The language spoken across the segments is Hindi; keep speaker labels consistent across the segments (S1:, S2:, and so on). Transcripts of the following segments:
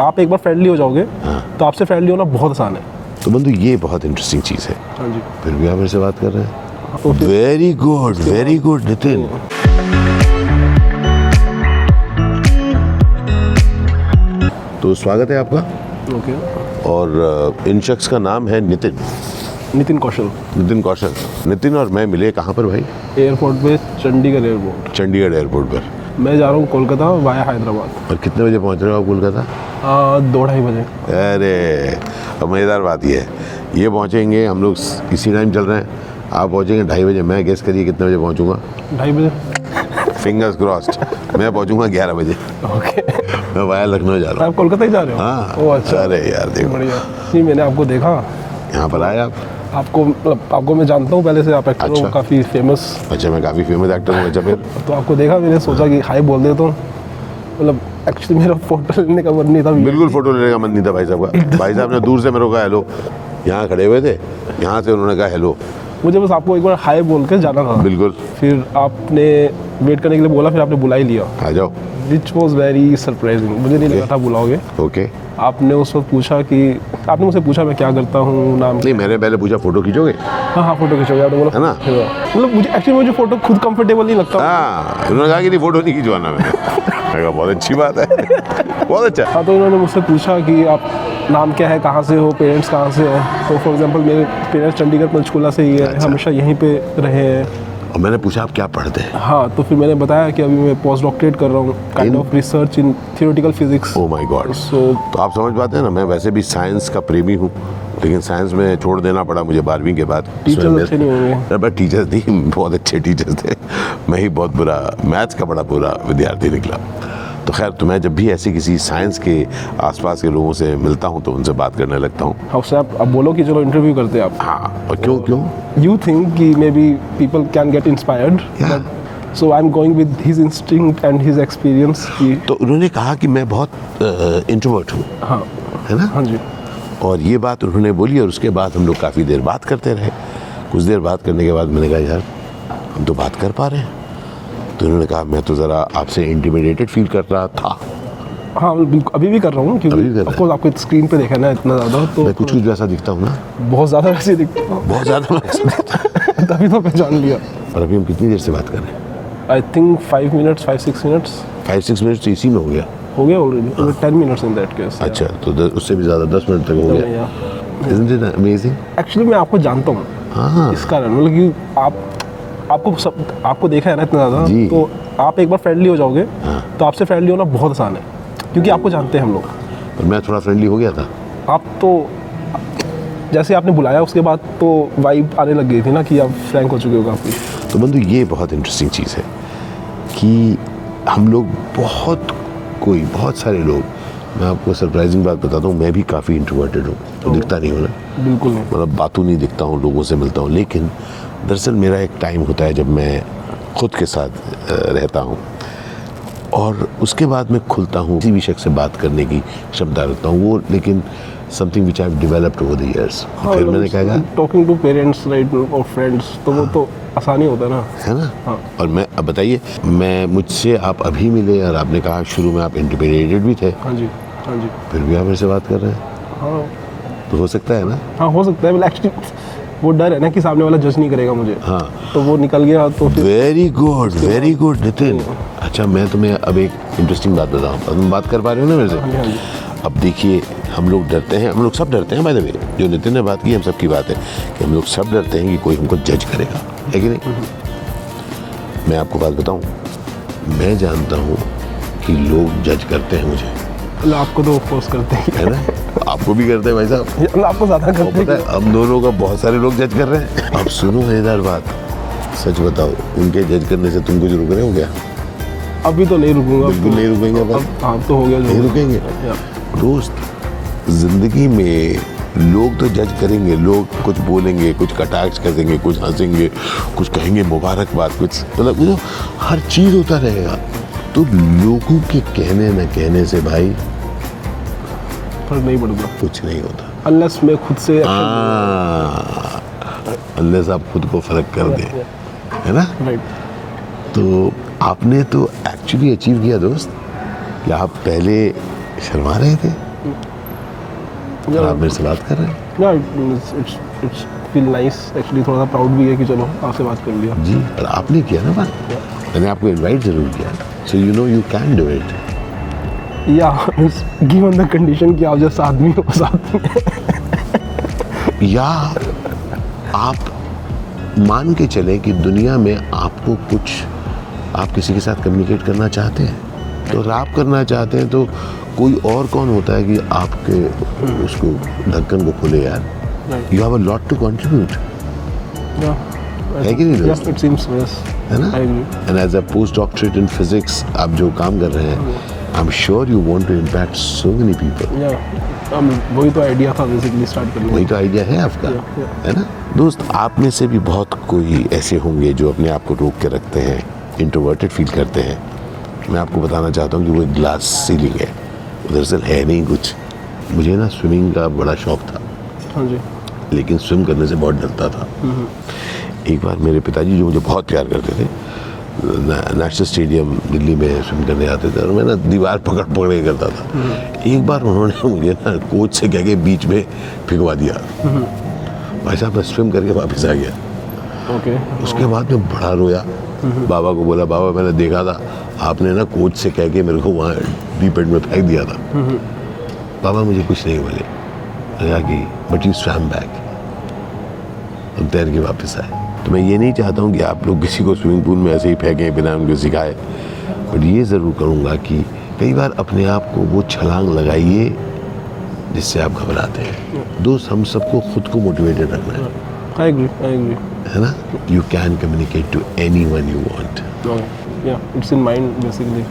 S1: आप एक बार फ्रेंडली हो जाओगे
S2: हाँ।
S1: तो आपसे फ्रेंडली होना बहुत आसान है
S2: तो बंधु ये बहुत इंटरेस्टिंग चीज है
S1: हाँ जी
S2: फिर भी आप मेरे से बात कर रहे हैं
S1: तो फिर
S2: very good very good Nitin तो स्वागत है आपका
S1: ओके
S2: और अ, इन शख्स का नाम है नितिन
S1: नितिन कौशल
S2: नितिन कौशल नितिन और मैं मिले कहाँ पर भाई
S1: एयरपोर्ट पे चंडीगढ़ एयरपोर्ट
S2: चंडीगढ़ एयरपोर्ट पर
S1: मैं जा रहा हूँ कोलकाता वाया हैदराबाद
S2: और कितने बजे पहुंच रहे हो आप कोलकाता
S1: आ, दो ढाई बजे
S2: अरे अब मज़ेदार बात यह है ये पहुंचेंगे हम लोग स- इसी टाइम चल रहे हैं आप पहुंचेंगे ढाई बजे मैं गेस करिए कितने बजे पहुंचूंगा
S1: ढाई बजे
S2: फिंगर्स क्रॉस्ड मैं पहुंचूंगा ग्यारह बजे
S1: ओके
S2: मैं वाया लखनऊ जा रहा हूँ
S1: आप कोलकाता ही जा रहे हो
S2: हाँ
S1: ओ अच्छा
S2: अरे यार देखो
S1: बढ़िया नहीं मैंने आपको देखा
S2: यहाँ पर आए आप
S1: आपको मतलब आपको मैं जानता हूँ पहले से आप एक्टर
S2: अच्छा।
S1: हो काफ़ी फेमस
S2: अच्छा मैं काफ़ी फेमस एक्टर हूँ अच्छा फिर
S1: तो आपको देखा मैंने सोचा कि हाई बोल देता हूँ मतलब एक्चुअली मेरा फोटो लेने का मन नहीं था
S2: बिल्कुल फ़ोटो लेने का मन नहीं था भाई साहब का भाई साहब ने दूर से मेरे को कहा हेलो यहाँ खड़े हुए थे यहाँ से उन्होंने कहा हेलो
S1: मुझे बस आपको एक बार हाई बोल के जाना था
S2: बिल्कुल
S1: फिर आपने वेट करने के लिए बोला फिर आपने बुला ही लिया
S2: आ जाओ
S1: विच वॉज वेरी सरप्राइजिंग मुझे नहीं लगा था बुलाओगे
S2: ओके
S1: आपने उस वक्त पूछा कि आपने मुझसे पूछा मैं क्या करता हूँ नाम
S2: नहीं मैंने पहले पूछा फ़ोटो खींचोगे
S1: हाँ हाँ फोटो खिंचोगे आपने बोला
S2: है ना?
S1: "खींचो।" मतलब मुझे एक्चुअली मुझे फोटो खुद कंफर्टेबल नहीं लगता
S2: हाँ उन्होंने कहा कि नहीं फोटो नहीं खिंचवाना मैंने मैंने कहा बहुत अच्छी बात है बहुत अच्छा
S1: हाँ तो उन्होंने मुझसे पूछा कि आप नाम क्या है कहाँ से हो पेरेंट्स कहाँ से हैं तो फॉर एग्जांपल मेरे पेरेंट्स चंडीगढ़ पंचकूला से ही है
S2: अच्छा।
S1: हमेशा यहीं पे रहे हैं
S2: और मैंने पूछा आप क्या पढ़ते हैं
S1: हाँ तो फिर मैंने बताया कि अभी मैं पोस्ट डॉक्टरेट कर रहा हूँ kind
S2: in-
S1: of research in theoretical physics
S2: oh my god
S1: so
S2: तो आप समझ पाते हैं ना मैं वैसे भी साइंस का प्रेमी हूँ लेकिन साइंस में छोड़ देना पड़ा मुझे बारहवीं के बाद
S1: Teachers
S2: उसमें
S1: अच्छे नहीं होंगे।
S2: मेरे- बट टीचर्स नहीं बहुत अच्छे टीचर्स थे मैं ही बहुत बुरा मैथ्स का बड़ा बुरा विद्यार्थी निकला तो खैर तो मैं जब भी ऐसे किसी साइंस के आसपास के लोगों से मिलता हूँ तो उनसे बात करने लगता हूँ
S1: हाँ उससे आप अब बोलो कि चलो इंटरव्यू करते हैं आप
S2: हाँ और क्यों क्यों
S1: you think ki maybe people can get inspired
S2: Yeah.
S1: but so i'm going with his instinct and his experience ki
S2: तो उन्होंने कहा कि मैं बहुत इंट्रोवर्ट हूँ
S1: हाँ
S2: है ना
S1: हाँ जी
S2: और ये बात उन्होंने बोली और उसके बाद हम लोग काफ़ी देर बात करते रहे कुछ देर बात करने के बाद मैंने कहा यार हम तो बात कर पा रहे हैं तो उन्होंने कहा मैं तो ज़रा आपसे इंटीमिडेटेड फील कर रहा था
S1: हाँ बिल्कुल अभी भी कर रहा हूँ
S2: अभी भी
S1: क्योंकि
S2: कर रहे
S1: ऑफकोर्स आपको स्क्रीन पे देखा है ना इतना ज़्यादा तो
S2: मैं कुछ कुछ वैसा दिखता हूँ ना
S1: बहुत ज़्यादा वैसे दिखता हूँ
S2: बहुत ज़्यादा मैं-
S1: तभी तो पहचान लिया
S2: और अभी हम कितनी देर से बात कर रहे हैं
S1: I think five minutes five six minutes
S2: five six minute तो इसी में हो गया
S1: हो गया already ten minutes in that case
S2: हाँ। अच्छा तो द- उससे भी ज़्यादा दस मिनट तक हो गया Isn't it amazing?
S1: एक्चुअली मैं आपको जानता हूँ
S2: हाँ
S1: इस कारण मतलब कि आप आपको सब आपको देखा है ना इतना ज़्यादा
S2: जी।
S1: तो आप एक बार फ्रेंडली हो जाओगे
S2: हाँ।
S1: तो आपसे फ्रेंडली होना बहुत आसान है क्योंकि आपको जानते हैं हम लोग
S2: और मैं थोड़ा फ्रेंडली हो गया था
S1: आप तो जैसे आपने बुलाया उसके बाद तो वाइब आने लग गई थी ना कि आप फ्रैंक हो चुके हो काफ़ी
S2: तो बंधु ये बहुत इंटरेस्टिंग चीज़ है कि हम लोग बहुत कोई बहुत सारे लोग मैं आपको सरप्राइजिंग बात बताता हूँ मैं भी काफ़ी इंट्रोवर्टेड हूँ तो दिखता नहीं हूँ ना
S1: बिल्कुल नहीं
S2: मतलब बातों नहीं दिखता हूँ लोगों से मिलता हूँ लेकिन दरअसल मेरा एक टाइम होता है जब मैं खुद के साथ अ, रहता हूँ और उसके बाद मैं खुलता हूँ किसी भी शख्स से बात करने की क्षमता रखता हूँ वो लेकिन something which I have developed over the years हाँ, फिर मैंने कहा हाँ। यार,
S1: टॉकिंग टू पेरेंट्स राइट और फ्रेंड्स तो वो तो आसानी होता है ना
S2: है ना
S1: हाँ।
S2: और मैं अब बताइए मैं मुझसे आप अभी मिले और आपने कहा शुरू में आप इंटरमीडिएटेड भी थे
S1: हाँ जी हाँ जी
S2: फिर भी आप मेरे से बात कर रहे हैं
S1: हाँ
S2: तो हो सकता है ना
S1: हाँ हो सकता है मतलब एक्चुअली वो डर है ना कि सामने वाला जज नहीं करेगा मुझे
S2: हाँ
S1: तो वो निकल गया तो फिर
S2: very good very good Nitin अच्छा मैं तुम्हें अब एक इंटरेस्टिंग बात बताऊँ अब तुम बात कर पा रहे हो ना मेरे
S1: हाँ जी, हाँ जी।
S2: से अब देखिए हम लोग डरते हैं हम लोग सब डरते हैं बाय द वे जो नितिन ने बात की हम सबकी बात है कि हम लोग सब डरते हैं कि कोई हमको जज करेगा है कि नहीं
S1: हम्म।
S2: मैं आपको बात बताऊँ मैं जानता हूँ कि लोग जज करते हैं मुझे
S1: मतलब आपको तो फोर्स करते ही
S2: है ना आपको भी करते हैं भाई साहब
S1: मतलब आपको ज़्यादा
S2: और
S1: करते
S2: पता
S1: हैं
S2: है हम दोनों का बहुत सारे लोग जज कर रहे हैं अब सुनो मजेदार बात सच बताओ उनके जज करने से तुम कुछ रुक रहे हो क्या
S1: अभी तो नहीं रुकूंगा अब
S2: बिल्कुल नहीं रुकेंगे
S1: तो-
S2: अपन
S1: अब हाँ तो हो गया
S2: नहीं
S1: जो
S2: रुकेंगे
S1: Yeah.
S2: दोस्त जिंदगी में लोग तो जज करेंगे लोग कुछ बोलेंगे कुछ कटाक्ष करेंगे कुछ हंसेंगे कुछ कहेंगे मुबारकबाद कुछ मतलब you know, हर चीज़ होता रहेगा तो लोगों के कहने न कहने से भाई
S1: फर्क नहीं पड़ता
S2: कुछ नहीं होता
S1: अनलेस मैं खुद से
S2: हाँ। अनलेस आप हाँ। खुद को फर्क कर दे है ना
S1: राइट
S2: तो आपने तो एक्चुअली अचीव किया दोस्त कि आप पहले शर्मा रहे थे और आप मेरे से बात कर रहे हैं
S1: ना it's it's feel nice actually थोड़ा सा प्राउड भी है कि चलो आपसे बात कर लिया
S2: जी और आपने किया ना बात मैंने आपको इनवाइट जरूर किया so you know you can do it
S1: या गिवन द कंडीशन कि आप जैसा आदमी हो साथ में
S2: या आप मान के चलें कि दुनिया में आपको कुछ आप किसी के साथ कम्युनिकेट करना चाहते हैं तो रैप करना चाहते हैं तो कोई और कौन होता है कि आपके उसको ढक्कन को खोले यार
S1: Right.
S2: You have a lot to contribute है कि नहीं दोस्त?
S1: इट सीम्स यस
S2: है ना
S1: I agree.
S2: And as a post doctorate in physics आप जो काम कर रहे हैं I am sure you want to impact so many people
S1: या हम वही तो आइडिया था बेसिकली स्टार्ट करने
S2: वही तो आइडिया है आपका
S1: Yeah, yeah.
S2: है ना दोस्त आप में से भी बहुत कोई ऐसे होंगे जो अपने आप को रोक के रखते हैं इंट्रोवर्टेड फील करते हैं मैं आपको बताना चाहता हूँ कि वो एक ग्लास सीलिंग है दरअसल है नहीं कुछ मुझे ना स्विमिंग का बड़ा शौक था
S1: का। हाँ जी
S2: लेकिन स्विम करने से बहुत डरता था एक बार मेरे पिताजी जो मुझे बहुत प्यार करते थे ने- नेशनल स्टेडियम दिल्ली में स्विम करने आते थे और मैं ना दीवार पकड़ पकड़ के करता था एक बार उन्होंने मुझे ना कोच से कह के बीच में फिंगवा दिया भाई साहब मैं स्विम करके वापस आ गया
S1: ओके
S2: उसके बाद मैं बड़ा रोया बाबा को बोला बाबा मैंने देखा था आपने ना कोच से कह के मेरे को वहाँ डीप एंड में फेंक दिया था बाबा मुझे कुछ नहीं बोले लगा कि बट यू स्वैम बैक हम तैर के वापस आए तो मैं ये नहीं चाहता हूँ कि आप लोग किसी को स्विमिंग पूल में ऐसे ही फेंकें बिना उनको सिखाए बट ये ज़रूर करूँगा कि कई बार अपने आप को वो छलांग लगाइए जिससे आप घबराते हैं दोस्त हम सबको खुद को मोटिवेटेड रखना है
S1: आई एग्री आई एग्री
S2: है ना you can communicate to anyone you want
S1: या it's in mind basically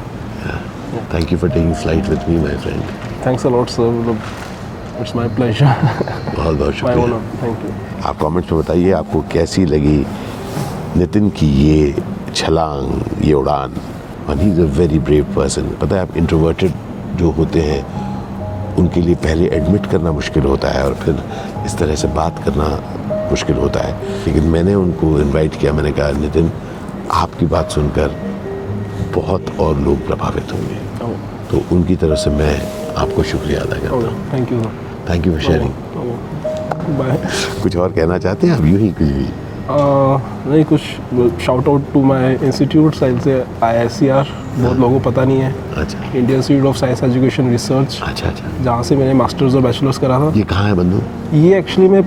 S2: thank you for taking flight with me my friend
S1: thanks a lot sir मतलब इट्स माय प्लेजर
S2: बहुत बहुत
S1: माय
S2: शुक्रिया
S1: ऑनर थैंक यू
S2: आप कमेंट्स में बताइए आपको कैसी लगी नितिन की ये छलांग ये उड़ान one he is a very brave person पता है आप इंट्रोवर्टेड जो होते हैं उनके लिए पहले एडमिट करना मुश्किल होता है और फिर इस तरह से बात करना मुश्किल होता है लेकिन मैंने उनको इनवाइट किया मैंने कहा नितिन आपकी बात सुनकर बहुत और लोग प्रभावित होंगे
S1: Oh,
S2: तो उनकी तरफ से मैं आपको शुक्रिया अदा करता हूँ
S1: thank you
S2: thank you for
S1: sir
S2: sharing
S1: bye
S2: कुछ और कहना चाहते हैं आप यूं ही कुछ भी
S1: आ, Uh, नहीं कुछ shout out to my institute side से आई बहुत लोगों को पता नहीं है
S2: अच्छा
S1: Indian institute of science education research
S2: अच्छा अच्छा
S1: जहाँ से मैंने मास्टर्स और बैचलर्स करा था
S2: ये कहाँ है बंधु
S1: ये एक्चुअली में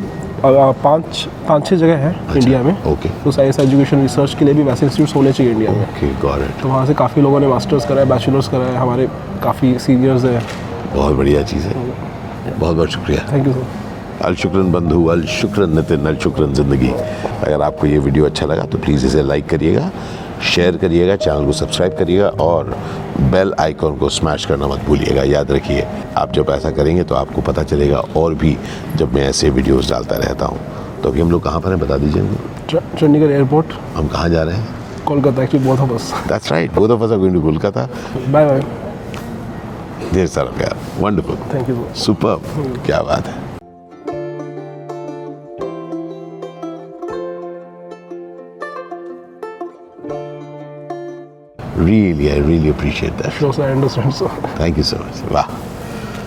S1: आ, आ, पाँच पाँच छः जगह है इंडिया में
S2: ओके
S1: तो साइंस एजुकेशन रिसर्च के लिए भी वैसे इंस्टीट्यूट्स होने चाहिए इंडिया में
S2: ओके गॉट इट
S1: तो वहाँ से काफ़ी लोगों ने मास्टर्स करा है बैचलर्स करा है हमारे काफ़ी सीनियर्स हैं
S2: बहुत बढ़िया चीज़ है बहुत बहुत शुक्रिया
S1: थैंक यू सर
S2: अल शुक्रन बंधु अल शुक्रन नितिन अल शुक्रन ज़िंदगी अगर आपको ये वीडियो अच्छा लगा तो प्लीज़ इसे लाइक करिएगा शेयर करिएगा चैनल को सब्सक्राइब करिएगा और बेल आइकॉन को स्मैश करना मत भूलिएगा याद रखिए आप जब ऐसा करेंगे तो आपको पता चलेगा और भी जब मैं ऐसे वीडियोस डालता रहता हूँ तो अभी हम लोग कहाँ पर हैं बता दीजिए हमको।
S1: च- चंडीगढ़ एयरपोर्ट
S2: हम कहाँ जा रहे हैं
S1: कोलकाता एक्चुअली बहुत बस
S2: that's right both of us are going to Kolkata
S1: bye bye
S2: ढेर सारा प्यार wonderful
S1: thank you sir
S2: super क्या बात है Really, I really appreciate that.
S1: Sure sir understand sir
S2: Thank you so much. Wow.